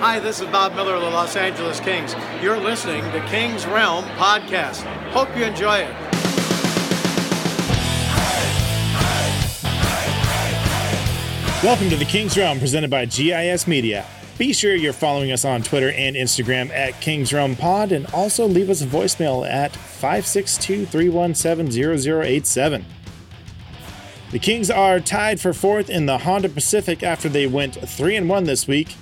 Hi, this is Bob Miller of the Los Angeles Kings. You're listening to King's Realm podcast. Hope you enjoy it. Welcome to the King's Realm presented by GIS Media. Be sure you're following us on Twitter and Instagram at King's Realm Pod and also leave us a voicemail at 562 317 0087. The Kings are tied for fourth in the Honda Pacific after they went 3 and 1 this week,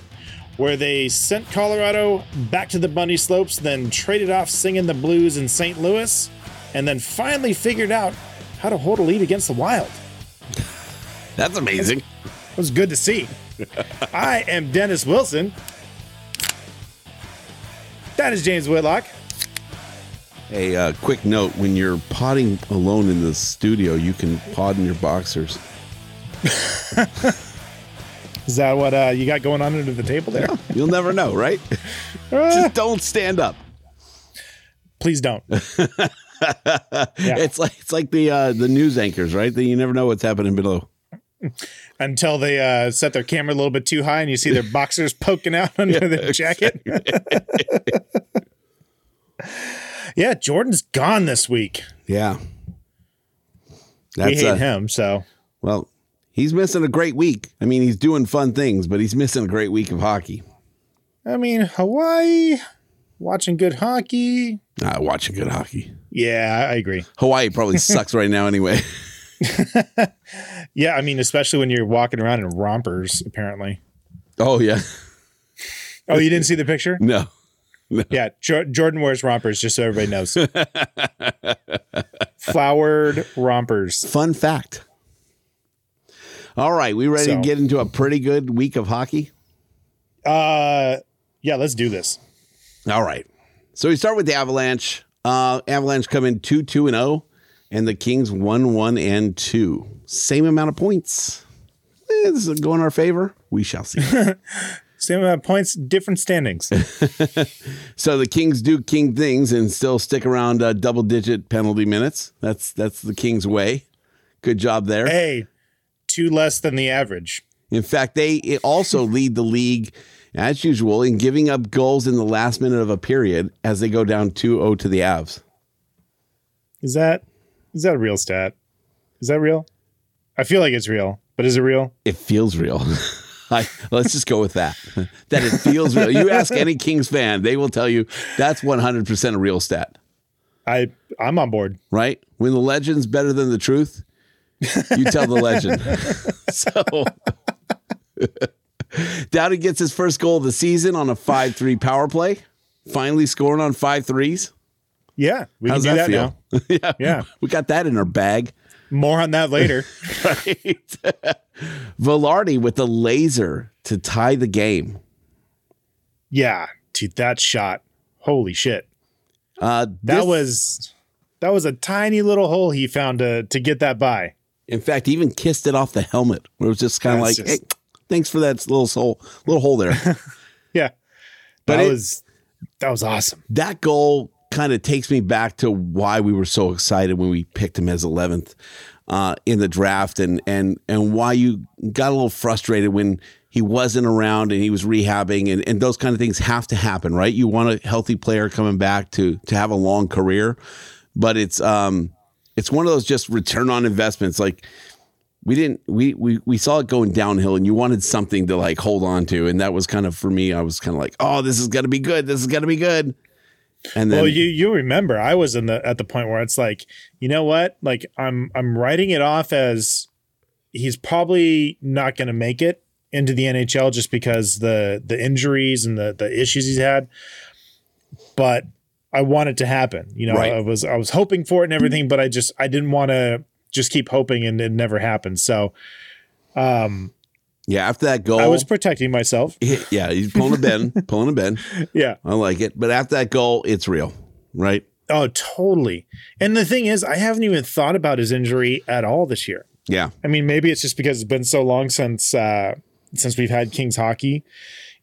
where they sent Colorado back to the Bundy Slopes, then traded off singing the blues in St. Louis, and then finally figured out how to hold a lead against the Wild. That's amazing. It was good to see. I am Dennis Wilson. That is James Whitlock. Hey, uh, quick note: when you're potting alone in the studio, you can pod in your boxers. Is that what uh, you got going on under the table there? Uh. You'll never know, right? Just don't stand up. Please don't. It's like it's like the uh, the news anchors, right? That you never know what's happening below. Until they uh, set their camera a little bit too high and you see their boxers poking out under their jacket. yeah, Jordan's gone this week. Yeah, We that's hate uh, him, so well. He's missing a great week. I mean, he's doing fun things, but he's missing a great week of hockey. I mean Hawaii, watching good hockey. Nah, watching good hockey. Yeah, I agree. Hawaii probably sucks right now, anyway. Yeah, I mean, especially when you're walking around in rompers, apparently. Oh yeah, Oh, you didn't see the picture? no. Yeah, jo- Jordan wears rompers, just so everybody knows. Flowered rompers. Fun fact. All right, we ready to So- get into a pretty good week of hockey? Uh, yeah, let's do this. All right. So we start with the Avalanche. Uh, Avalanche come in 2 2 and 0, and the Kings 1 1 and 2. Same amount of points. Eh, this is going our favor. We shall see. Same amount of points, different standings. so the Kings do King things and still stick around uh, double digit penalty minutes. That's that's the Kings' way. Good job there. hey, two less than the average. In fact, they it also lead the league, as usual, in giving up goals in the last minute of a period as they go down 2 0 to the Avs. Is that is that a real stat? Is that real? I feel like it's real, but is it real? it feels real. I, let's just go with that. That it feels real. You ask any Kings fan, they will tell you that's 100% a real stat, I I'm on board. right? When the legend's better than the truth, you tell the legend. so Dowdy gets his first goal of the season on a 5 3 power play, finally scoring on five threes. Yeah, we How's can do that, that feel? now. Yeah, We got that in our bag. more on that later. right? Velarde with the laser to tie the game. yeah, dude, that shot. Holy shit. Uh, That this- was that was a tiny little hole he found to to get that by. In fact, he even kissed it off the helmet. Where it was just kind of like, That's "Hey, just- thanks for that little soul, little hole there." Yeah. But that it- was that was awesome. that goal kind of takes me back to why we were so excited when we picked him as 11th uh, in the draft, and and and why you got a little frustrated when he wasn't around and he was rehabbing, and, and those kind of things have to happen, right? You want a healthy player coming back to to have a long career, but it's um it's one of those just return on investments, like we didn't we, we we saw it going downhill and you wanted something to like hold on to and that was kind of for me i was kind of like oh this is gonna be good this is gonna be good and then well, you you remember I was in the at the point where it's like, you know what? Like I'm I'm writing it off as he's probably not going to make it into the NHL just because the the injuries and the the issues he's had. But I want it to happen. You know, Right. I was I was hoping for it and everything, but I just I didn't want to just keep hoping and it never happened. So um, yeah after that goal I was protecting myself. yeah he's pulling a ben pulling a ben Yeah. i like it but after that goal it's real right Oh, totally. And the thing is, I haven't even thought about his injury at all this year. yeah I mean, maybe it's just because it's been so long since uh, since we've had Kings hockey,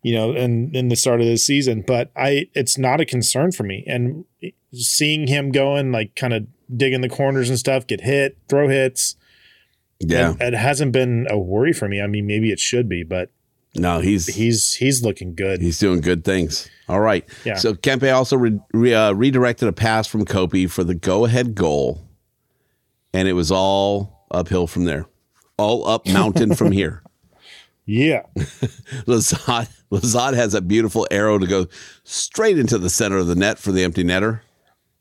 you know, in in the start of this season. But I, it's not a concern for me. And seeing him going like kind of digging the corners and stuff, get hit, throw hits, yeah it, it hasn't been a worry for me. I mean, maybe it should be, but no he's he's he's looking good. He's doing good things. All right. Yeah. So Kempe also re- re- uh, redirected a pass from Kopi for the go-ahead goal, and it was all uphill from there, all up mountain from here. yeah, Lazad Lazad has a beautiful arrow to go straight into the center of the net for the empty netter.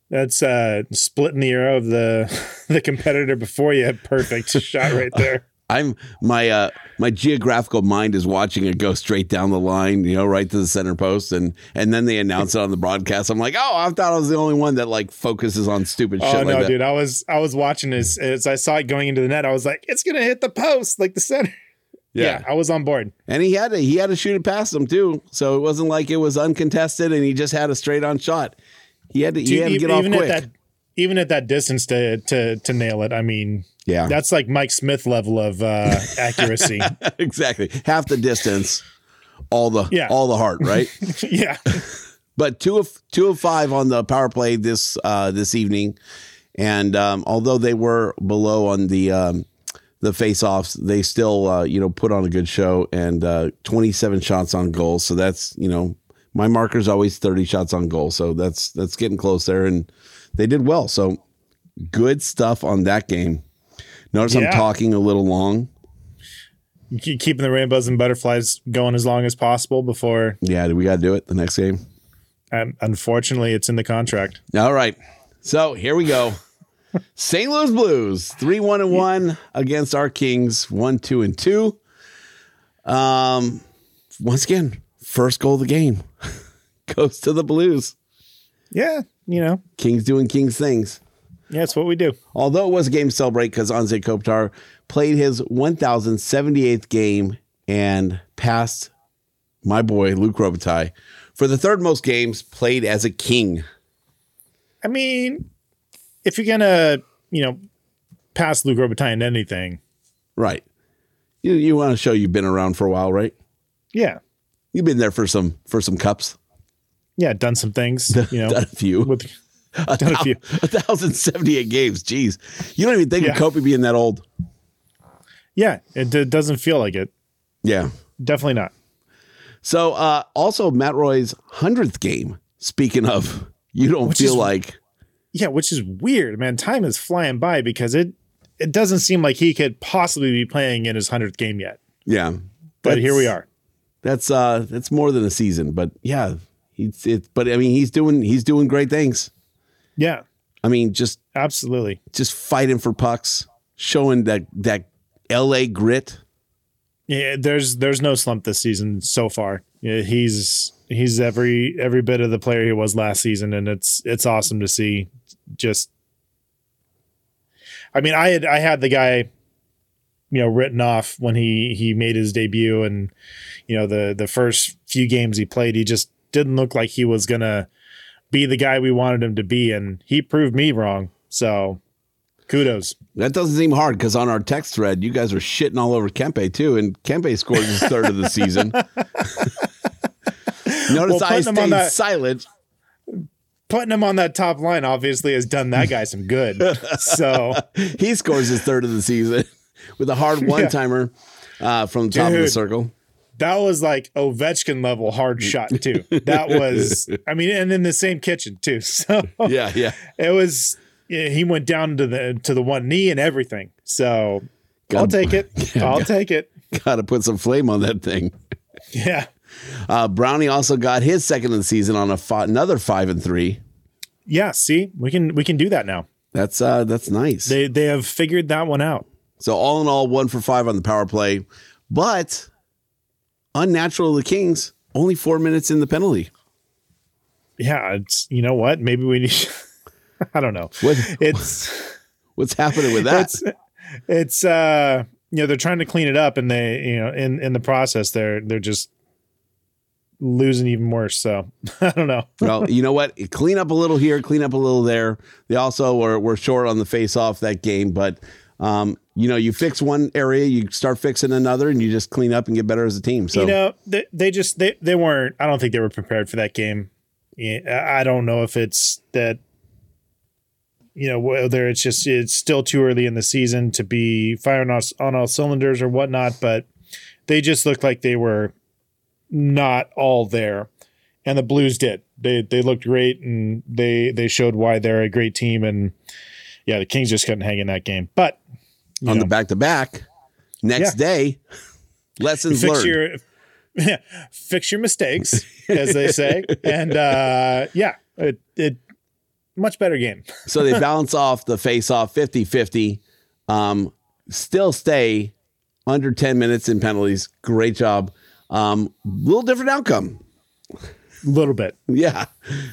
that's uh, splitting the arrow of the the competitor before you. Perfect shot right there. I'm my uh, my geographical mind is watching it go straight down the line, you know, right to the center post, and and then they announce it on the broadcast. I'm like, oh, I thought I was the only one that like focuses on stupid shit Oh like no, that. dude! I was I was watching as as I saw it going into the net. I was like, it's gonna hit the post, like the center. Yeah, I was on board. And he had to he had to shoot it past him too, so it wasn't like it was uncontested and he just had a straight on shot. He had to he Dude, had to e- get off even quick. at that, even at that distance to to to nail it. I mean, Yeah. that's like Mike Smith level of uh, accuracy. exactly half the distance, all the Yeah. all the heart, right? yeah, but two of two of five on the power play this uh, this evening, and um, although they were below on the um, the face offs, they still uh, you know put on a good show and uh, twenty seven shots on goal. So that's you know my marker's always thirty shots on goal. So that's that's getting close there, and they did well. So good stuff on that game. Notice I'm Yeah. talking a little long. Keep- keeping the rainbows and butterflies going as long as possible before. Yeah, we got to do it the next game. Um, unfortunately, it's in the contract. All right. So here we go. St. Louis Blues, 3 1 and 1 against our Kings, 1 2 and 2. Um, once again, first goal of the game goes to the Blues. Yeah, you know, Kings doing Kings things. yeah, it's what we do. Although it was a game to celebrate because Anze Kopitar played his 1078th game and passed my boy Luke Robitaille for the third most games played as a King. I mean, if you're gonna, you know, pass Luke Robitaille in anything, Right. You, you want to show you've been around for a while, right? yeah. You've been there for some for some cups. yeah, done some things, you know, done a few. with Done a few. thousand seventy eight games. Jeez, you don't even think Yeah. of Kobe being that old. yeah, it, d doesn't feel like it. Yeah. Definitely not. So uh, also Matt Roy's hundredth game. Speaking of, you don't Which feel is- like Yeah, which is weird, man. Time is flying by because it it doesn't seem like he could possibly be playing in his hundredth game yet. yeah. But That's- here we are. That's uh that's more than a season, but yeah, he's it. But I mean, he's doing he's doing great things. Yeah, I mean, just absolutely. just fighting for pucks, showing that that L.A. grit. Yeah, there's there's no slump this season so far. Yeah, he's he's every every bit of the player he was last season, and it's it's awesome to see. Just, I mean, I had I had the guy, you know, written off when he he made his debut, and you know the the first few games he played, he just didn't look like he was gonna be the guy we wanted him to be, and he proved me wrong. So, kudos. That doesn't seem hard because on our text thread, you guys were shitting all over Kempe too, and Kempe scored his third of the season. Notice Well, I putting him on stayed that- silent. putting him on that top line obviously has done that guy some good. so He scores his third of the season with a hard one timer uh, from the top of the Dude. circle. that was like Ovechkin level hard shot too. That was, I mean, and in the same kitchen too. So Yeah, yeah. it was. yeah, He went down to the to the one knee and everything. So I'll take it. I'll take it. Gotta put some flame on that thing. Yeah. Uh, Brownie also got his second of the season on a fi- another five and three. Yeah. See, we can we can do that now. That's uh, that's nice. They they have figured that one out. so all in all, one for five on the power play, but unnatural of the Kings only four minutes in the penalty. Yeah. It's you know what? Maybe we need. I don't know. What- It's. What's happening with that? It's- it's uh you know they're trying to clean it up and they you know in in the process they're they're just losing even worse so i don't know well, you know what? Clean up a little here, clean up a little there. They also were, were short on the face off that game, but um, you know, you fix one area, you start fixing another, and you just clean up and get better as a team. So you know they, they just they, they weren't i don't think they were prepared for that game Yeah, i I don't know if it's that you know whether it's just it's still too early in the season to be firing us on all cylinders or whatnot but they just looked like they were not all there and the blues did they they looked great and they they showed why they're a great team and yeah the kings just couldn't hang in that game but on the back to back, next day, lessons learned. fix your yeah, fix your mistakes, as they say, and uh, yeah, it, it much better game. so they bounce off the face off 50 50 um still stay under 10 minutes in penalties great job um little different outcome A little bit, yeah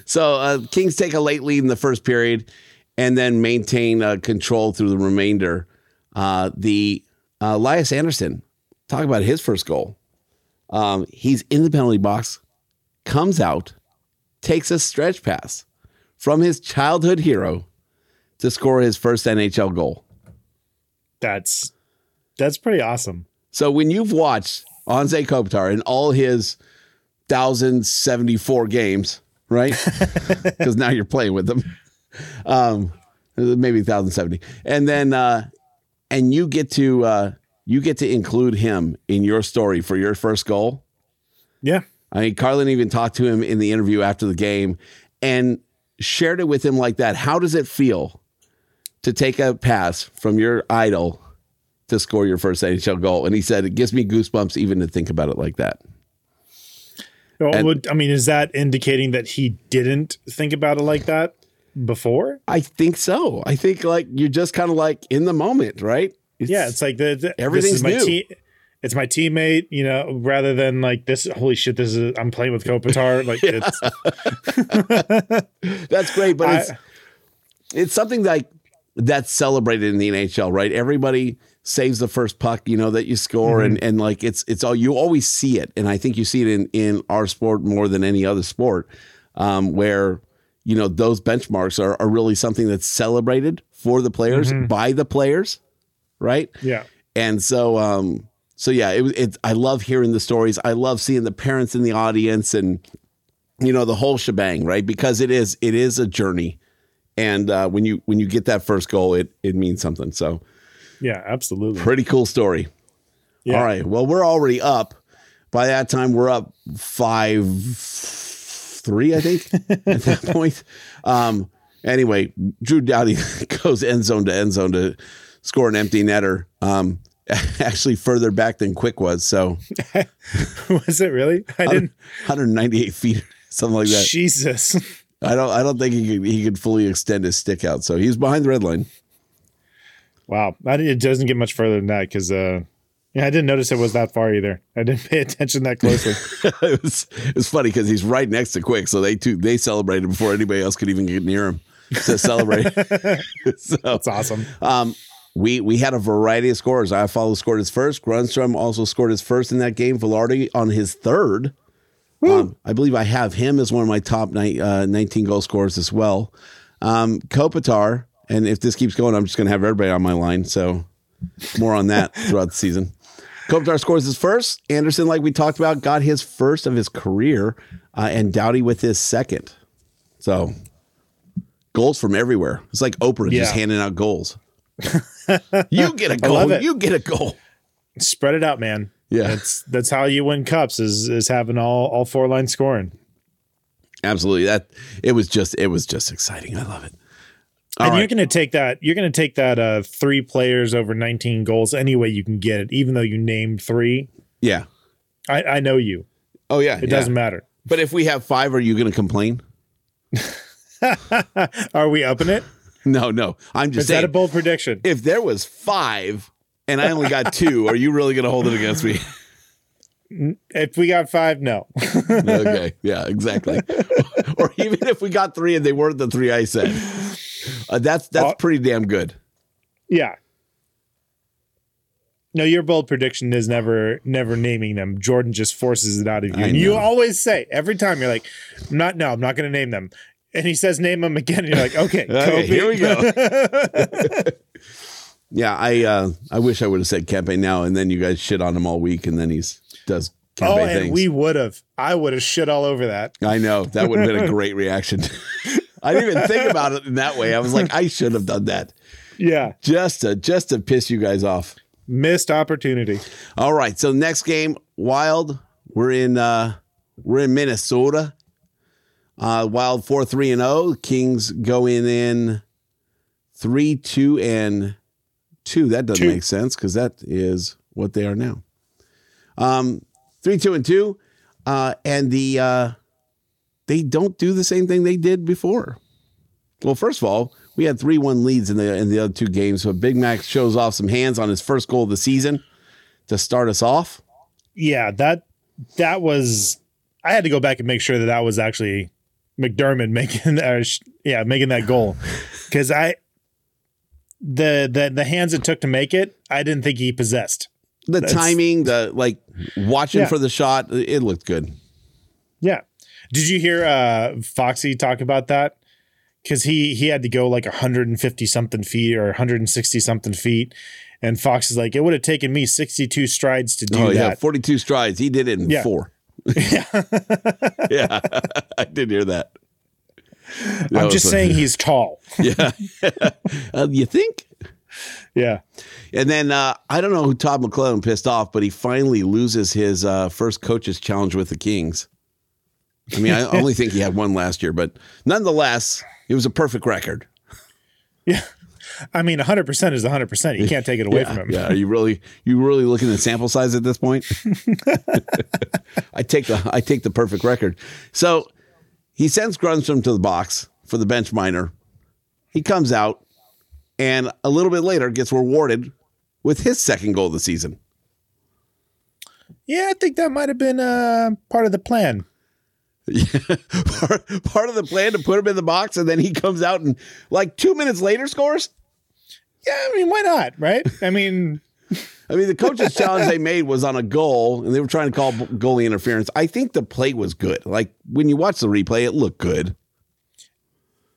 so uh kings take a late lead in the first period and then maintain uh, control through the remainder uh the uh, elias anderson talk about his first goal um he's in the penalty box comes out takes a stretch pass from his childhood hero to score his first NHL goal. that's that's pretty awesome. So when you've watched Anze Kopitar in all his 1,074 games, right? Because now you're playing with them. Um, maybe 1,070. And then, uh, and you get to, uh, you get to include him in your story for your first goal. Yeah, I mean, Carlin even talked to him in the interview after the game and shared it with him like that. How does it feel to take a pass from your idol to score your first NHL goal? And he said, It gives me goosebumps even to think about it like that. Well, And- Oh, would- I mean, is that indicating that he didn't think about it like that before? I think so. I think like you're just kind of like in the moment, right? It's, Yeah, it's like the, the this Everything's is my new. te- it's my teammate, you know, rather than like this. Holy shit, this is I'm playing with Kopitar. Like, it's, that's great, but I- it's it's something like that's celebrated in the NHL, right? Everybody saves the first puck, you know, that you score and and like it's it's all you always see it. And I think you see it in in our sport more than any other sport, um, where you know those benchmarks are are really something that's celebrated for the players by the players, right? yeah, And so, um, so yeah, it, was- it, I love hearing the stories. I love seeing the parents in the audience and, you know, the whole shebang, right? Because it is, it is a journey. And, uh, when you, when you get that first goal, it, it means something. So yeah, absolutely. pretty cool story. Yeah. All right. Well, we're already up by that time. We're up five, three, I think at that point. Um, anyway, Drew Dowdy goes end zone to end zone to score an empty netter. Um, actually further back than quick was. So Was it really? I didn't. 198 feet, something like that. Jesus. I don't, I don't think he could, he could fully extend his stick out. So he's behind the red line. Wow, I didn't- it doesn't get much further than that because uh, yeah, I didn't notice it was that far either. I didn't pay attention that closely. it was it's funny because he's right next to Quick, so they too they celebrated before anybody else could even get near him to celebrate. so That's awesome. um, we we had a variety of scores. I follow scored his first. Grunstrom also scored his first in that game. Velarde on his third. Um, I believe I have him as one of my top ni- uh, 19 goal scorers as well. Um, Kopitar, and if this keeps going, I'm just going to have everybody on my line. So more on that throughout the season. Kopitar scores his first. Anderson, like we talked about, got his first of his career, uh, and Dowdy with his second. So goals from everywhere. It's like Oprah Yeah. just handing out goals. you get a love goal. it. You get a goal. Spread it out, man. Yeah. that's that's how you win cups is is having all all four line scoring. Absolutely. That it was just it was just exciting. I love it. All and right. you're going to take that. You're going to take that uh, three players over 19 goals any way you can get it, even though you named three. yeah. I, I know you. Oh yeah. It doesn't matter. But if we have five, are you going to complain? Are we upping it? No, no. I'm just Is that saying. a bold prediction? if there was five and I only got two, are you really going to hold it against me? If we got five, no. okay. Yeah, exactly. or even if we got three and they weren't the three I said, Uh, that's that's Oh. pretty damn good. yeah. No, your bold prediction is never, never naming them. Jordan just forces it out of you. I And you know. always say every time you're like, "I'm not, no, I'm not going to name them." And he says, "Name them again." And you're like, "Okay, Okay, Kobe." here we go. yeah, I uh, I wish I would have said Kempe now, and then you guys shit on him all week, and then he's does Kempe Oh, and things. we would have. I would have shit all over that. I know that would have been a great reaction. I didn't even think about it in that way. I was like, I should have done that Yeah. just to just to piss you guys off. Missed opportunity. All right, so next game, Wild. We're in uh we're in Minnesota. Uh Wild 4 3 and 0. Kings going in 3 2 and 2. That doesn't Two. make sense cuz that is what they are now. Um 3 2 and 2 uh and the uh they don't do the same thing they did before. Well, first of all, we had 3-1 leads in the in the other two games, so Big Mac shows off some hands on his first goal of the season to start us off. Yeah, that that was. I had to go back and make sure that that was actually McDermott making. Uh, sh- yeah, making that goal because I the the the hands it took to make it. I didn't think he possessed. The That's- timing, the like watching Yeah. for the shot, it looked good. Yeah. Did you hear uh, Foxy talk about that? Because he he had to go like 150 something feet or 160 something feet, and Fox is like, it would have taken me 62 strides to do oh that. yeah, forty two strides. He did it in Yeah. four. Yeah, I did hear that. That I'm was just a- saying he's tall. Yeah, Uh, you think? yeah. And then uh, I don't know who Todd McClellan pissed off, but he finally loses his uh, first coaches challenge with the Kings. I mean, I only think he had one last year, but nonetheless, it was a perfect record. I mean, 100% is 100%. You can't take it away from him. Yeah, are you really you really looking at sample size at this point? I take the I take the perfect record. So he sends Grunstrom to the box for the bench minor. He comes out and a little bit later gets rewarded with his second goal of the season. Yeah, I think that might have been uh, part of the plan. part, part of the plan to put him in the box and then he comes out and like 2 minutes later scores? Yeah, I mean, why not, right? I mean, I mean, the coach's challenge they made was on a goal, and they were trying to call b- goalie interference. I think the play was good. Like when you watch the replay, it looked good.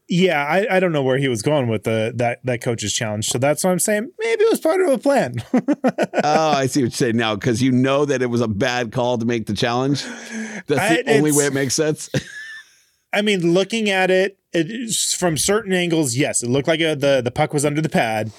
yeah, I, I don't know where he was going with the that, that coach's challenge. So that's what I'm saying. Maybe it was part of a plan. Oh, I see what you're saying now because you know that it was a bad call to make the challenge. That's the I- only it's- way it makes sense. I mean, looking at it, it is, from certain angles, yes, it looked like uh the the puck was under the pad.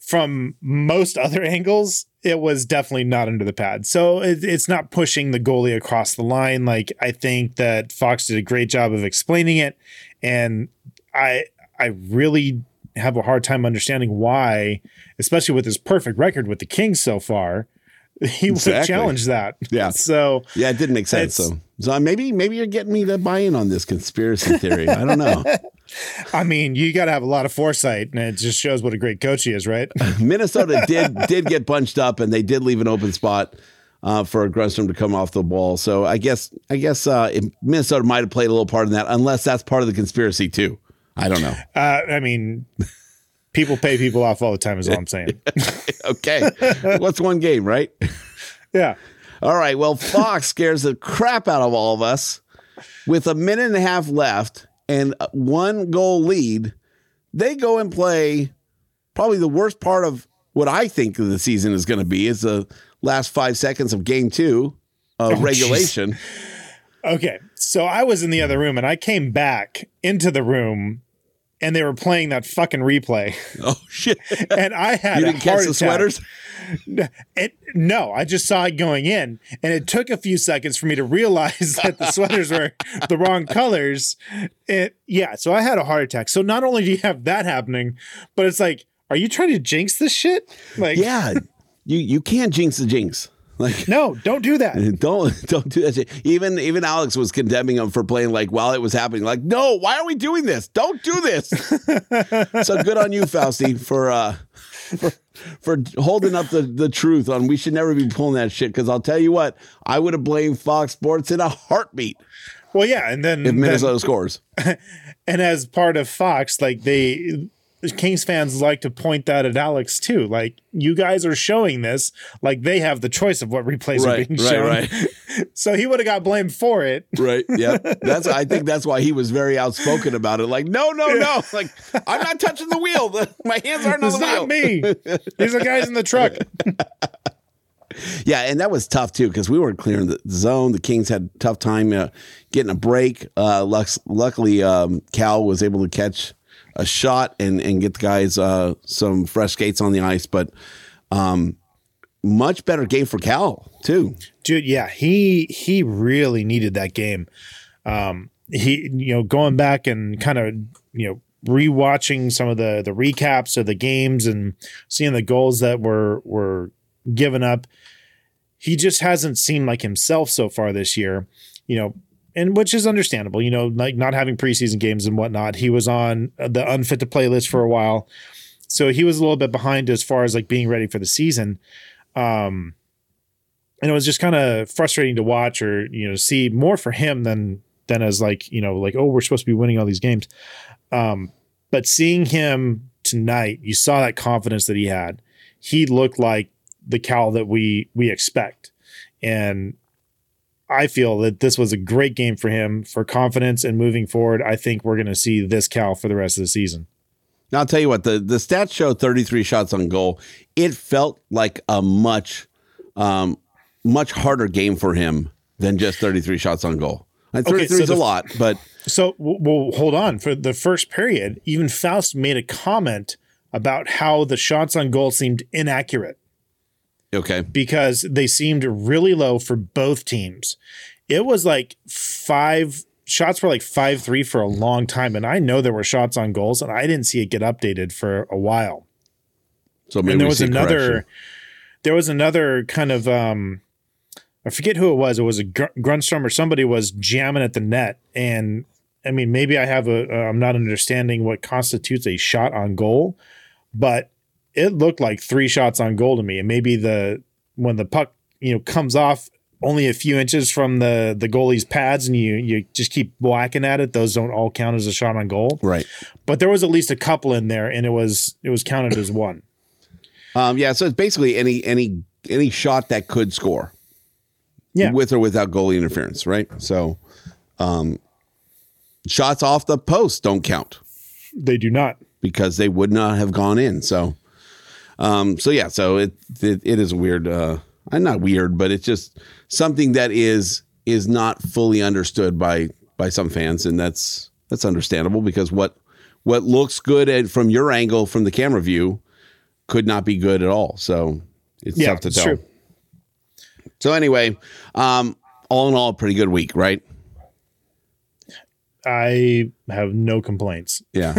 From most other angles, it was definitely not under the pad. So it, it's not pushing the goalie across the line. Like I think that Fox did a great job of explaining it, and I I really have a hard time understanding why, especially with his perfect record with the Kings so far, he would Exactly. have challenged that. Yeah. So yeah, it didn't make sense. It's- So, so uh, maybe maybe you're getting me to buy in on this conspiracy theory. I don't know. I mean, you got to have a lot of foresight, and it just shows what a great coach he is, right? Minnesota did did get bunched up, and they did leave an open spot uh, for Grunstrom to come off the ball. So I guess I guess uh, it- Minnesota might have played a little part in that, unless that's part of the conspiracy too. I don't know. Uh, I mean, people pay people off all the time, is all I'm saying. Okay, what's one game, right? Yeah. All right. Well, Fox scares the crap out of all of us with a minute and a half left and a one goal lead. They go and play probably the worst part of what I think of the season is going to be is the last five seconds of game two of geez. regulation. Okay. So I was in the other room, and I came back into the room and they were playing that fucking replay. Oh shit! And I had you a didn't catch heart the attack. sweaters. It, no, I just saw it going in, and it took a few seconds for me to realize that the sweaters were the wrong colors. It, yeah, so I had a heart attack. So not only do you have that happening, but it's like, are you trying to jinx this shit? Like, Yeah, you you can't jinx the jinx. Like no, don't do that. don't don't do that. Shit. Even even Alex was condemning him for playing like while it was happening. Like no, why are we doing this? Don't do this. so good on you, Fausti, for uh for, for holding up the the truth on we should never be pulling that shit. Because I'll tell you what, I would have blamed Fox Sports in a heartbeat Well, yeah, and then, if then- Minnesota scores. and as part of Fox, like they Kings fans like to point that at Alex too. Like you guys are showing this, like they have the choice of what replays are Right, being right, shown. right. So he would have got blamed for it. Right. Yeah. That's I think that's why he was very outspoken about it. Like, no, no, no. Like, I'm not touching the wheel. my hands aren't on It's the wheel. not me. These are the guys in the truck. Yeah, and that was tough too because we weren't clearing the zone. The Kings had a tough time uh, getting a break. Uh, lux- luckily, um, Cal was able to catch a shot and and get the guys uh, some fresh skates on the ice. But um, much better game for Cal too. dude yeah he he really needed that game um he you know going back and kind of you know rewatching some of the the recaps of the games and seeing the goals that were were given up he just hasn't seemed like himself so far this year you know and which is understandable you know like not having preseason games and whatnot he was on the unfit to play list for a while so he was a little bit behind as far as like being ready for the season um and it was just kind of frustrating to watch or you know see more for him than than as like you know like oh we're supposed to be winning all these games um but seeing him tonight you saw that confidence that he had he looked like the cow that we we expect and i feel that this was a great game for him for confidence and moving forward i think we're going to see this cow for the rest of the season Now I'll tell you what the the stats show 33 shots on goal. It felt like a much um, much harder game for him than just 33 shots on goal. And Okay, 33 so is the- a lot, but So, w- well, hold on. For the first period, even Faust made a comment about how the shots on goal seemed inaccurate okay. because they seemed really low for both teams. It was like five shots were like five three for a long time, and I know there were shots on goals, and I didn't see it get updated for a while. So maybe and there we was see another, correction. there was another kind of, um I forget who it was. It was a Gr- Grunstrom or somebody was jamming at the net, and I mean maybe I have a, uh, I'm not understanding what constitutes a shot on goal, but it looked like three shots on goal to me, and maybe the when the puck you know comes off only a few inches from the the goalie's pads and you you just keep whacking at it those don't all count as a shot on goal right. but there was at least a couple in there and it was it was counted as one Um, yeah, so it's basically any any any shot that could score. Yeah. With or without goalie interference, right? So um shots off the post don't count they do not because they would not have gone in. So um so yeah, so it it, it is weird uh I'm not weird, but it's just something that is is not fully understood by by some fans and that's that's understandable because what what looks good at, from your angle from the camera view could not be good at all. So it's Yeah, tough to it's tell. true. So anyway, um, all in all, pretty good week, right? i have no complaints Yeah.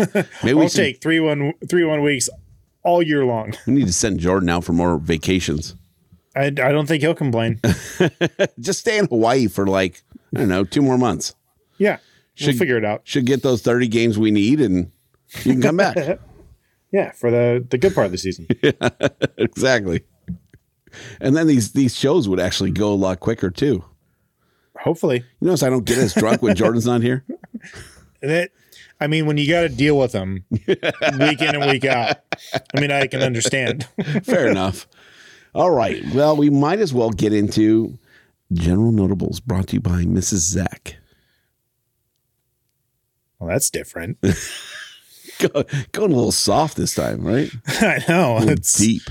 Maybe we, i'll should- take three one three one weeks all year long we need to send Jordan out for more vacations. i, I don't think he'll complain Just stay in Hawaii for like I don't know two more months. yeah we'll Should- figure it out Should get those thirty games we need, and you can come back. yeah for the the good part of the season exactly. And then these these shows would actually go a lot quicker too. hopefully You notice I don't get as drunk when Jordan's not here. that I mean, when you got to deal with them week in and week out, I mean, I can understand. Fair enough. All right. Well, we might as well get into general notables brought to you by Mrs. Zach. Well, that's different. Go, going a little soft this time, right? I know. It's Deep.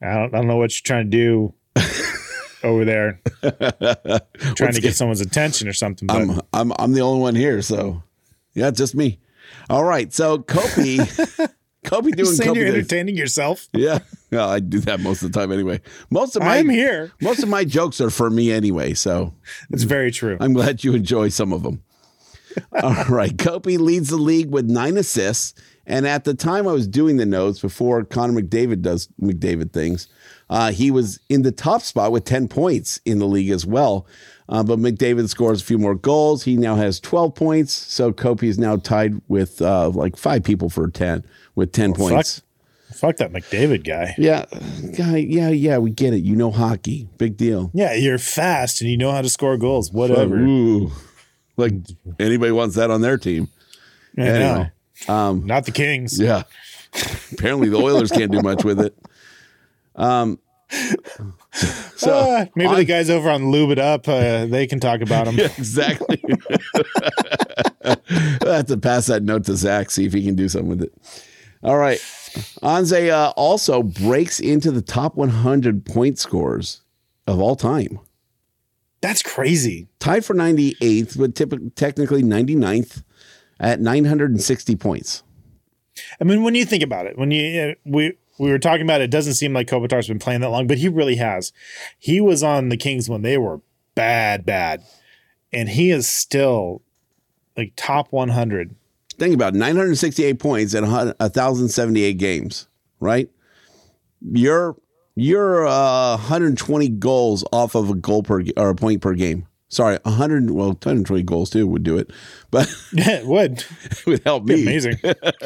I don't, I don't know what you're trying to do over there, trying to get someone's attention or something. But I'm I'm I'm the only one here, so yeah, just me. All right, so Kobe, Kobe doing Saying Kobe you're things. entertaining yourself. Yeah, yeah, I do that most of the time anyway. Most of my I'm here. Most of my jokes are for me anyway, so It's very true. I'm glad you enjoy some of them. All right, Kobe leads the league with nine assists, and at the time I was doing the notes before Connor McDavid does McDavid things, uh, he was in the top spot with ten points in the league as well. Uh, but McDavid scores a few more goals. He now has twelve points, so Kobe is now tied with uh, like five people for ten with ten points. Fuck that McDavid guy. Yeah, guy. Yeah, yeah. We get it. You know hockey. Big deal. Yeah, you're fast and you know how to score goals. Whatever. Ooh, like anybody wants that on their team. I anyway. um, know. Not the Kings. Yeah. Apparently the Oilers can't do much with it. Um. So Ah, maybe on- the guys over on Lube It Up, uh, they can talk about them. exactly. I have to pass that note to Zach, see if he can do something with it. All right. Anze uh, also breaks into the top 100 point scorers of all time. That's crazy. tied for 98th, but typically, technically 99th at 960 points. I mean, when you think about it, when you uh, we we were talking about it, it doesn't seem like Kopitar's been playing that long, but he really has. He was on the Kings when they were bad, bad, and he is still like top 100. Think about it, 968 points in a hun- 1,078 games, right? You're you're uh, 120 goals off of a goal per g- or a point per game. Sorry, 100 well 120 goals too would do it, but Yeah, it would it would help be me. amazing. well,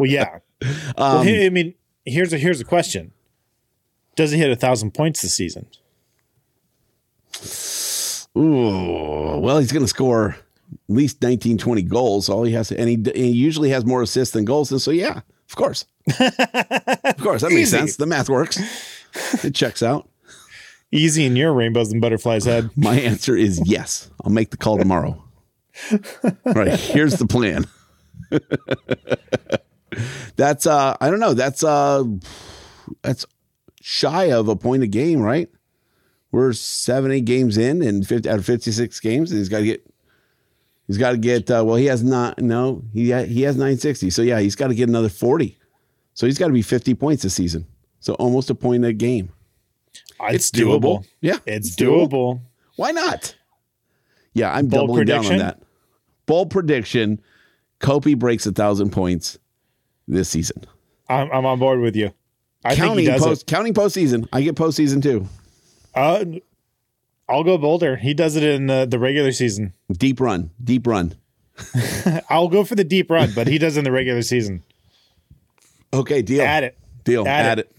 yeah. Well, Um, he- I mean, here's a here's a question: Does he hit a thousand points this season? Ooh, well, he's going to score at least 19, 20 goals. All he has, and he, and he usually has more assists than goals. And so, yeah, of course. of course. That makes Easy. sense. The math works, it checks out. Easy in your rainbows and butterflies head. My answer is yes. I'll make the call tomorrow. All right. Here's the plan. that's, uh, I don't know. That's, uh, that's shy of a point a game, right? We're seven, eight games in and 50, out of 56 games. And he's got to get, he's got to get, uh, well, he has not, no, he, ha- he has 960. So yeah, he's got to get another 40. So he's got to be 50 points this season. So almost a point a game. It's, doable. Yeah. It's doable. doable. Why not? Yeah, I'm Bold doubling prediction? down on that. Bold prediction. Kopi breaks a thousand points this season. I'm, I'm on board with you. I think counting he does it. post counting postseason. I get postseason too. Uh, I'll go bolder. He does it in the, the regular season. Deep run. Deep run. I'll go for the deep run, but he does it in the regular season. Okay, deal. Add it. Deal. Add Add, it.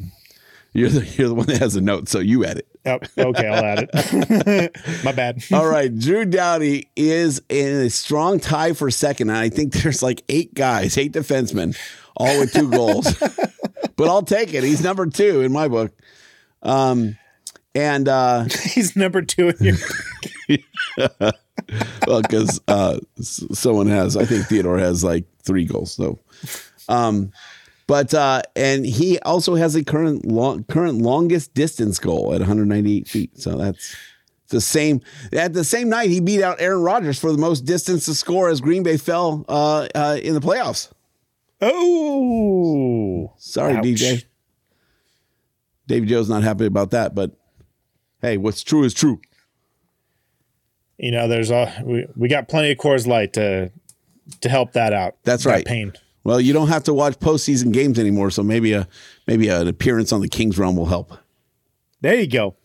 You're the you're the one that has a note, so you add it. Oh, okay, I'll add it. My bad. All right, Drew Doughty is in a strong tie for second, and I think there's like eight guys, eight defensemen, all with two goals. but I'll take it. He's number two in my book. Um, and uh, He's number two in your. well, because uh, s- someone has, I think Theodore has like three goals. So, um, but uh, and he also has a current long, current longest distance goal at 198 feet. So that's the same. At the same night, he beat out Aaron Rodgers for the most distance to score as Green Bay fell uh, uh, in the playoffs. Oh, Sorry, Ouch. DJ. Davy Joe's not happy about that, but hey, what's true is true. You know, there's a we, we got plenty of Coors Light to to help that out. That's That right. Pain. Well, you don't have to watch postseason games anymore, so maybe a maybe an appearance on the Kings Realm will help. There you go.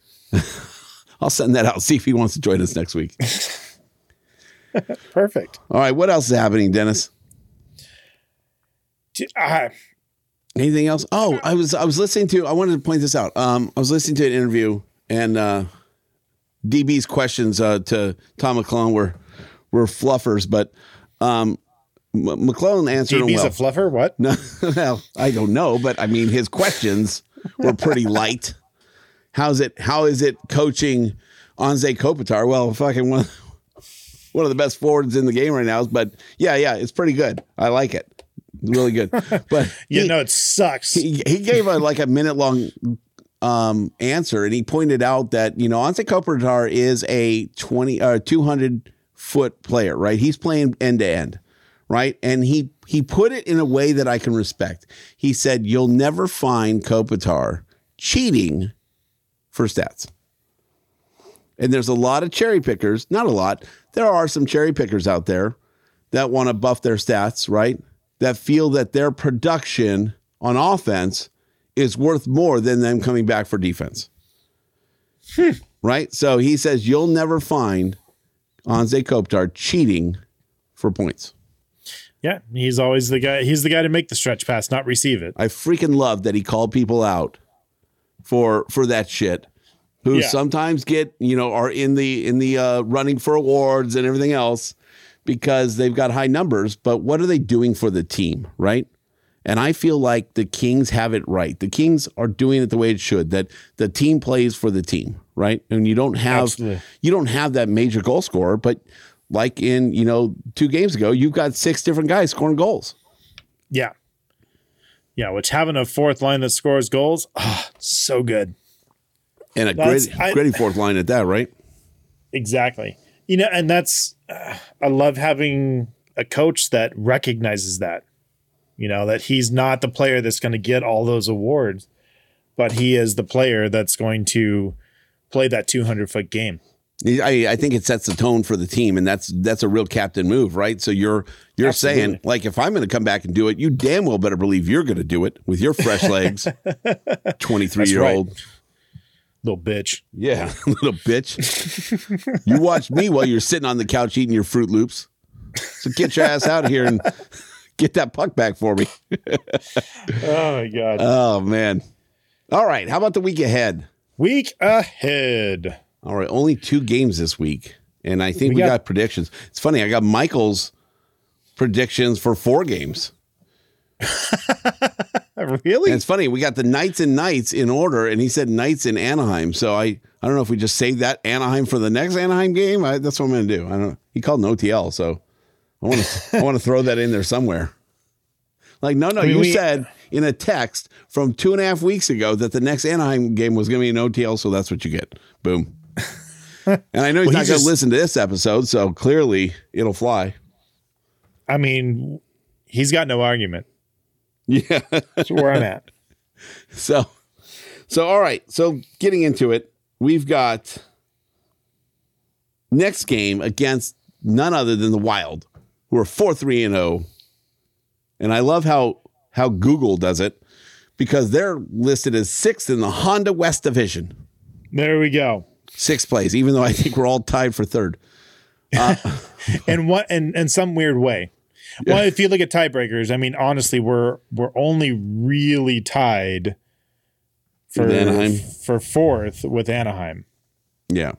I'll send that out. See if he wants to join us next week. Perfect. All right, what else is happening, Dennis? D- I- Anything else? Oh, I was I was listening to. I wanted to point this out. Um, I was listening to an interview, and uh, DB's questions uh, to Tom McClellan were were fluffers, but um, M- McClellan answered them DB's well. a fluffer. What? No, well, I don't know, but I mean, his questions were pretty light. How's it? How is it coaching Anze Kopitar? Well, fucking one, one of the best forwards in the game right now. But yeah, yeah, it's pretty good. I like it. Really good. But You he- know, it sucks. he, he gave a like a minute long um answer and he pointed out that you know Anse Kopitar is a 20 uh 200 foot player right he's playing end to end right? And he he put it in a way that I can respect. He said, "You'll never find Kopitar cheating for stats." And there's a lot of cherry pickers, not a lot. There are some cherry pickers out there that want to buff their stats, right? That feel that their production on offense is worth more than them coming back for defense. Right? So he says you'll never find Anze Kopitar cheating for points. Yeah, he's always the guy. He's the guy to make the stretch pass, not receive it. I freaking love that he called people out for for that shit. Who Yeah. sometimes get you know are in the in the uh, running for awards and everything else because they've got high numbers, but what are they doing for the team, right? And I feel like the Kings have it right. The Kings are doing it the way it should. That the team plays for the team, right? And you don't have Absolutely. you don't have that major goal scorer, but like in you know two games ago, you've got six different guys scoring goals. Yeah, yeah. Which having a fourth line that scores goals, ah, so good. And a That's- gritty, I- gritty fourth line at that, right? Exactly. You know, and that's uh, I love having a coach that recognizes that. You know, that he's not the player that's going to get all those awards, but he is the player that's going to play that 200 foot game. I, I think it sets the tone for the team, and that's that's a real captain move, right? So you're you're saying Absolutely. like, if I'm going to come back and do it, you damn well better believe you're going to do it with your fresh legs, twenty three year right. old, Little bitch. yeah, little bitch. you watch me while you're sitting on the couch eating your Fruit Loops. So get your ass out here and get that puck back for me. Oh my god. Oh man! All right, how about the week ahead? Week ahead. All right, only two games this week, and I think we, We got, got- predictions. It's funny, I got Michael's predictions for four games. And Really? it's funny, we got the Knights and Knights in order, and he said Knights in Anaheim. So I, I don't know if we just save that Anaheim for the next Anaheim game. I, that's what I'm going to do. I don't. know. He called an OTL, so I want to, I want to throw that in there somewhere. Like, no, no, mean, you we- said in a text from two and a half weeks ago that the next Anaheim game was going to be an OTL, so that's what you get. Boom. And I know he's not Well, he going just- to listen to this episode, so clearly it'll fly. I mean, he's got no argument. Yeah. That's where I'm at. So, so all right. So getting into it, we've got next game against none other than the Wild, who are four three and zero. And I love how how Google does it because they're listed as sixth in the Honda West Division There we go. sixth place, even though I think we're all tied for third. And what and in some weird way. Well, if you look at tiebreakers, I mean, honestly, we're we're only really tied for With Anaheim. for fourth with Anaheim. Yeah,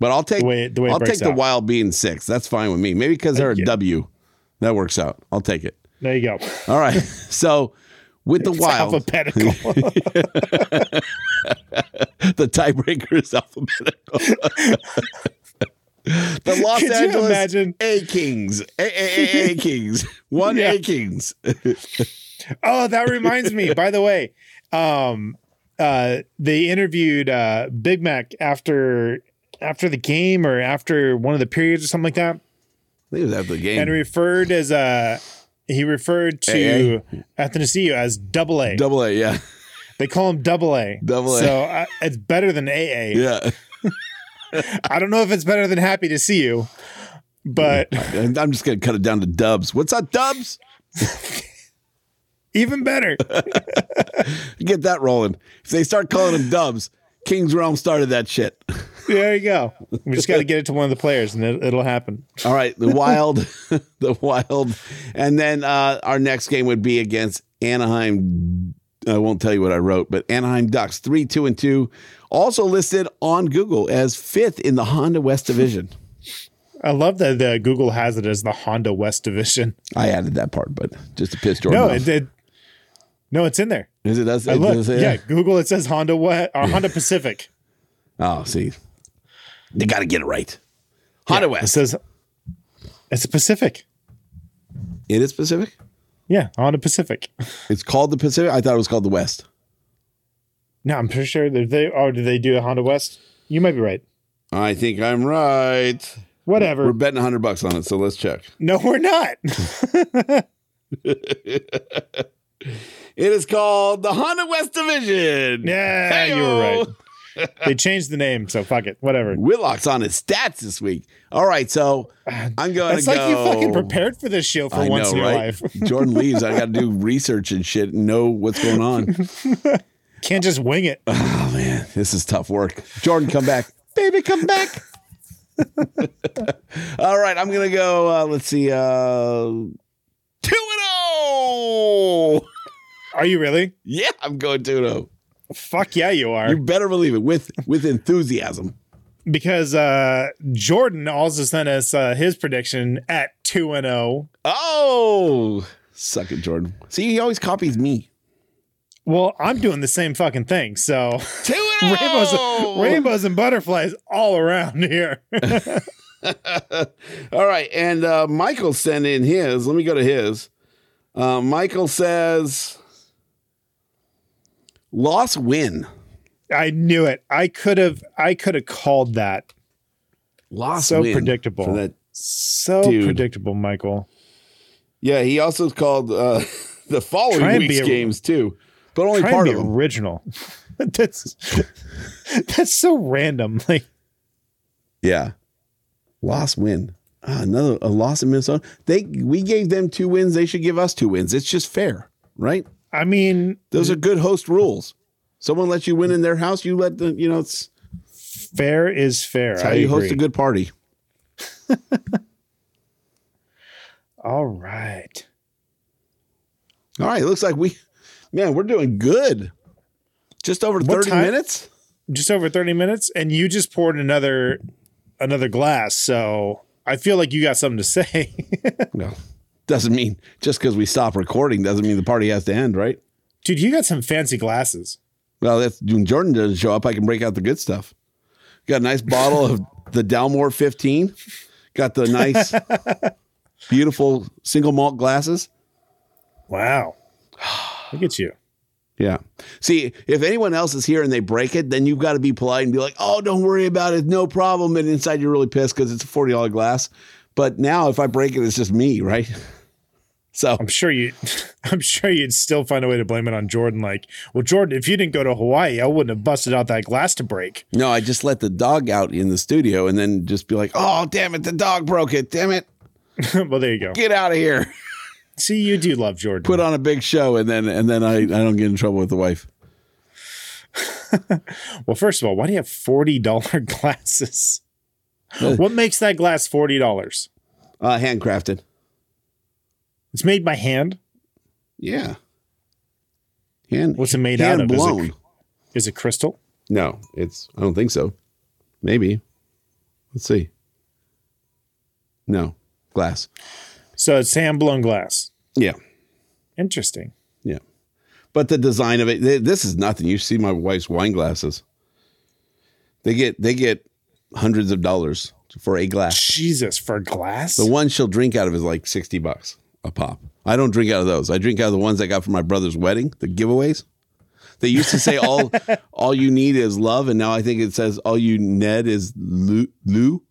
but I'll take The way- the way it I'll breaks take the out. Wild being sixth. That's fine with me. Maybe because they're a Thank you. W, that works out. I'll take it. There you go. All right. So with the It's Wild, alphabetical. the tiebreaker is alphabetical. the Los Could you Angeles imagine? A Kings, A A A A Kings, one Yeah. A Kings. oh, that reminds me. By the way, um, uh, they interviewed uh, Big Mac after after the game or after one of the periods or something like that. I think it was after the game. and referred as a he referred to Athanasio as double A. Double A, yeah, they call him double A. Double A. So I, it's better than AA. yeah. I don't know if it's better than happy to see you, but And I'm just gonna cut it down to Dubs. What's up, Dubs? even better. Get that rolling. If they start calling him Dubs, Kings Realm started that shit. There you go. We just got to get it to one of the players, and it, it'll happen. All right, the Wild, the Wild, and then uh, our next game would be against Anaheim. I won't tell you what I wrote, but Anaheim Ducks three, two, and two, also listed on Google as fifth in the Honda West Division. I love that the Google has it as the Honda West Division. I added that part, but just to piss Jordan No, off. it did. No, it's in there. Oh, Is it us? I it look. does say yeah, that? Google. It says Honda West or Honda Pacific. Oh, see, they got to get it right. Honda It West. says it's a Pacific. It is Pacific. Yeah, Honda Pacific. It's called the Pacific. I thought it was called the West. No, I'm pretty sure that they. Oh, did they do a Honda West? You might be right. I think I'm right. Whatever. We're betting 100 bucks on it, so let's check. no, we're not. It is called the Honda West Division. yeah, you were right. They changed the name, so fuck it. Whatever. Whitlock's on his stats this week. All right, so I'm going It's to like go. you fucking prepared for this show for I once know, in your right? life. Jordan leaves. I got to do research and shit and know what's going on. Can't just wing it. Oh man, this is tough work. Jordan, come back, baby, come back. All right, I'm gonna go. Uh, let's see, uh, two and oh. Are you really? Yeah, I'm going two and oh. Fuck yeah, you are. You better believe it with with enthusiasm. because uh Jordan also sent us uh, his prediction at 2 and 0. Oh, suck it, Jordan. See, he always copies me. Well, I'm doing the same fucking thing. So Two and rainbows, oh. rainbows and butterflies all around here. All right, and uh, Michael sent in his. Let me go to his. Uh, Michael says, "Loss win." I knew it. I could have I could have called that. Loss So win predictable. for that. So Dude. predictable, Michael. Yeah, he also called uh, the following Try and week's be a- games too, but only Try part and of be them. original. that's that's so random. Like yeah, loss win. Ah, another a loss in Minnesota. They we gave them two wins. They should give us two wins. It's just fair, right? I mean, Those are good host rules. Someone lets you win in their house. You let the you know it's fair is fair. how I you host a agree. good party. All right. All right, it looks like we, man, we're doing good. Just over thirty time- minutes. just over 30 minutes and you just poured another another glass so i feel like you got something to say No, doesn't mean just because we stop recording doesn't mean the party has to end, right? dude you got some fancy glasses Well, if when Jordan doesn't show up, I can break out the good stuff. Got a nice bottle of the Dalmore fifteen. Got the nice, beautiful single malt glasses. wow look at you Yeah. See, if anyone else is here and they break it, then you've got to be polite and be like, "Oh, don't worry about it, no problem." And inside, you're really pissed because it's a forty dollar glass. But now, if I break it, it's just me, right? So i'm sure you i'm sure you'd still find a way to blame it on jordan like well jordan if you didn't go to hawaii i wouldn't have busted out that glass to break no, I just let the dog out in the studio and then just be like, "Oh, damn it, the dog broke it. Damn it, well there you go get out of here." see you do love jordan Put on a big show, and then and then I I don't get in trouble with the wife. well first of all why do you have $40 glasses what makes that glass $40 Uh, handcrafted. it's made by hand Yeah. Hand. What's it made hand out of? Is it- Blown. is it crystal No, it's. I don't think so. Maybe. Let's see. No glass. so it's hand blown glass Yeah, Interesting. yeah. But the design of it. th- This is nothing. You see my wife's wine glasses. They get they get hundreds of dollars for a glass. Jesus, for glass? The one she'll drink out of is like sixty bucks a pop. I don't drink out of those. I drink out of the ones I got for my brother's wedding. The giveaways. They used to say all all you need is love, and now I think it says all you Ned is Lou. Lou.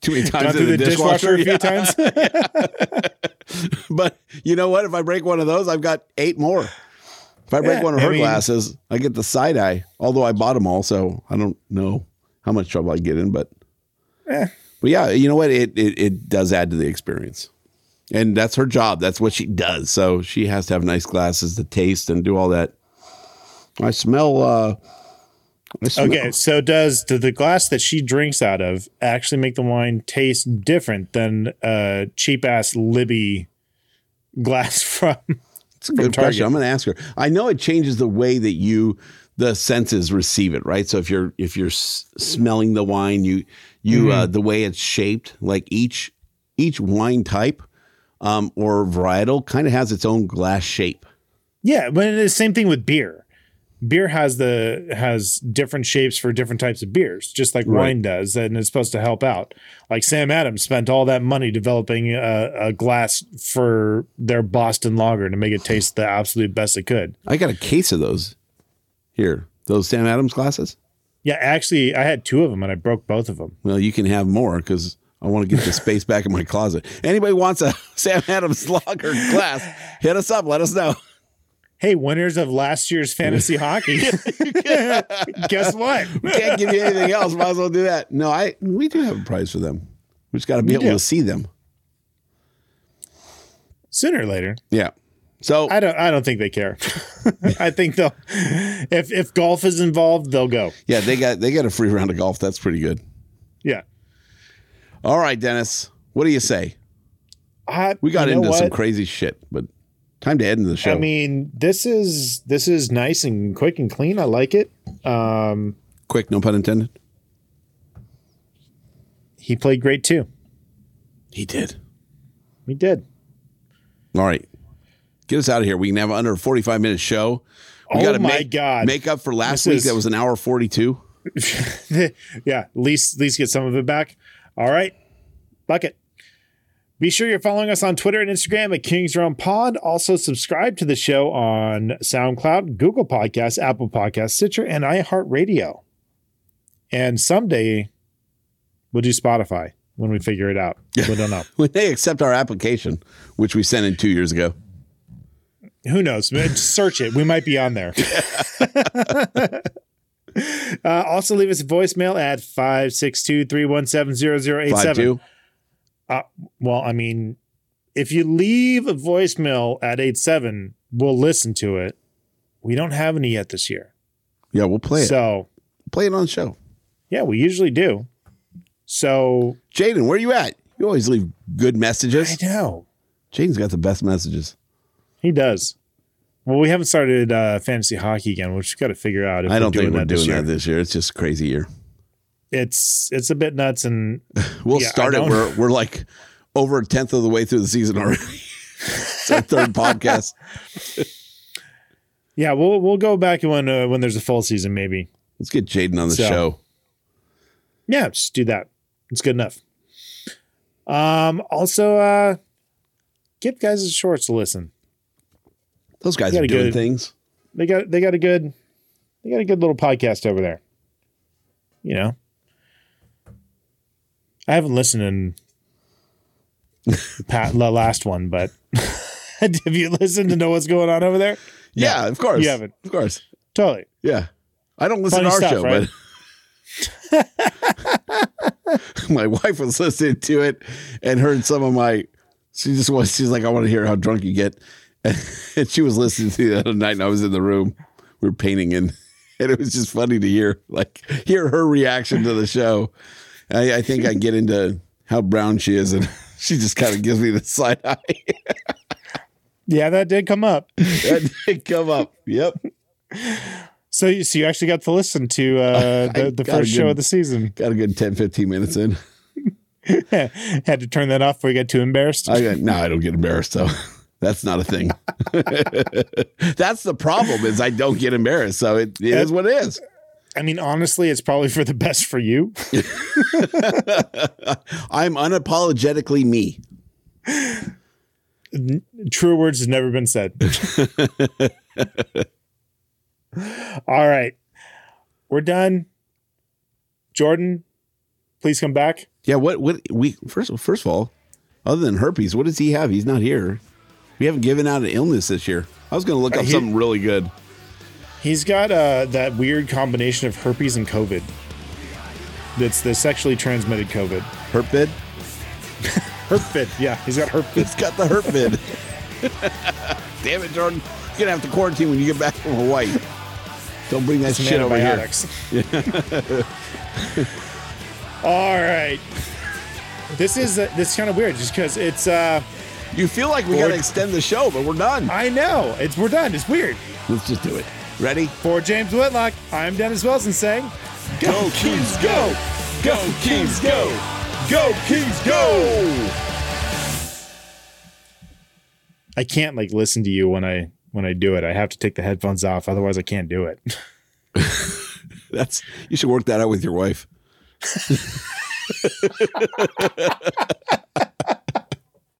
Too many Gone times through in the the dishwasher, dishwasher. a few Yeah. times. But you know what? If I break one of those, I've got eight more. If I break Yeah, one of I her mean- glasses, I get the side eye. Although I bought them all, so I don't know how much trouble I get in. But, Eh. but yeah, you know what? It, it it does add to the experience, and that's her job. That's what she does. So she has to have nice glasses to taste and do all that. I smell. uh I smell- okay, so does do the glass that she drinks out of actually make the wine taste different than a cheap ass Libby glass from? It's a good Target. question. I'm going to ask her. I know it changes the way that you the senses receive it, right? So if you're if you're s- smelling the wine, you you uh, the way it's shaped, like each each wine type um, or varietal kind of has its own glass shape. Yeah, but it's the same thing with beer. Beer has the has different shapes for different types of beers, just like wine does, and it's supposed to help out. Like Sam Adams spent all that money developing a, a glass for their Boston Lager to make it taste the absolute best it could. I got a case of those here. Those Sam Adams glasses. Yeah, actually, I had two of them and I broke both of them. Well, you can have more because I want to get the space back in my closet. Anybody wants a Sam Adams lager glass? Hit us up. Let us know. Hey, winners of last year's fantasy hockey. Guess what? Can't give you anything else. Might as well do that. No, I we do have a prize for them. We just got to be able do. to see them. Sooner or later, Yeah. So I don't. I don't think they care. I think they'll. If if golf is involved, they'll go. yeah, they got they got a free round of golf. That's pretty good. Yeah, All right, Dennis. What do you say? I, We got you know into some what? crazy shit, but time to end the show. I mean, this is this is nice and quick and clean. I like it. Um, Quick, no pun intended. he played great too. He did. He did. All right. Get us out of here. We can have under a 45 minute show. We Oh gotta my make, God. Make up for last This week. is- That was an hour 42. yeah, at least at least get some of it back. All right, like it. Be sure you're following us on Twitter and Instagram at Kings Realm Pod. Also, subscribe to the show on SoundCloud, Google Podcasts, Apple Podcasts, Stitcher, and iHeartRadio. And someday we'll do Spotify when we figure it out. We don't know. When they accept our application, which we sent in two years ago. Who knows? Search it. We might be on there. uh, also, leave us a voicemail at 562 317 Five, 0087. two. Well, I mean, if you leave a voicemail at 87, we'll listen to it. We don't have any yet this year. Yeah, we'll play it. So, play it on the show. yeah, we usually do. So, Jaden, where you at? You always leave good I messages. know. Jaden's got the best messages. He does. Well, we haven't started uh, fantasy hockey again. We've just got to figure out if I don't we're doing think we're that doing this that year. this year. It's just a crazy year. It's it's a bit nuts and We'll Yeah, I start it. don't- We're, we're like over a tenth of the way through the season already. it's our third podcast. yeah, we'll we'll go back when uh, when there's a full season maybe. Let's get Jaden on the So. show. Yeah, just do that. It's good enough. Um also uh give guys' shorts a listen. Those guys are Gotta doing get- things. they got they got a good they got a good little podcast over there. You know. I haven't listened in the pa- the last one, but have you listened to know what's going on over there? Yeah, of course. you haven't. Of course. Totally. Yeah. I don't listen Funny to our stuff, show, right? but my wife was listening to it and heard some of my she just was she's like, I want to hear how drunk you get. And she was listening to the other night and I was in the room. We were painting and and it was just funny to hear like hear her reaction to the show. I, I think I get into how brown she is and she just kind of gives me the side eye. Yeah, that did come up. that did come up. Yep. So you so you actually got to listen to uh, I the, the got a first show good- of the season. Got a good 10, 15 minutes in. Had to turn that off before you got too embarrassed. I go, no, I don't get embarrassed though. That's not a thing. That's the problem is I don't get embarrassed. So it, it is what it is. I mean, honestly, it's probably for the best for you. I'm unapologetically me. True words have never been said. All right. We're done. Jordan, please come back. Yeah. What? What? We first. First of all, other than herpes, what does he have? He's not here. We haven't given out an illness this year. I was going to look up he- something really good. He's got uh, that weird combination of herpes and COVID. That's the sexually transmitted COVID. Herp bid. Herp fit. Yeah, he's got herp fit. It's got the herp bid. Damn it, Jordan! You're gonna have to quarantine when you get back from Hawaii. Don't bring that Some shit over here. antibiotics. All right. This is uh, this kind of weird, just because it's. Uh, You feel like we got to extend the show, but we're done. I know it's we're done. It's weird. Let's just do it. Ready? For James Whitlock, I'm Dennis Wilson saying, Go Kings, go! Go Kings, go! Go Kings, go! I can't like listen to you when I when I do it. I have to take the headphones off, otherwise I can't do it. That's you should work that out with your wife.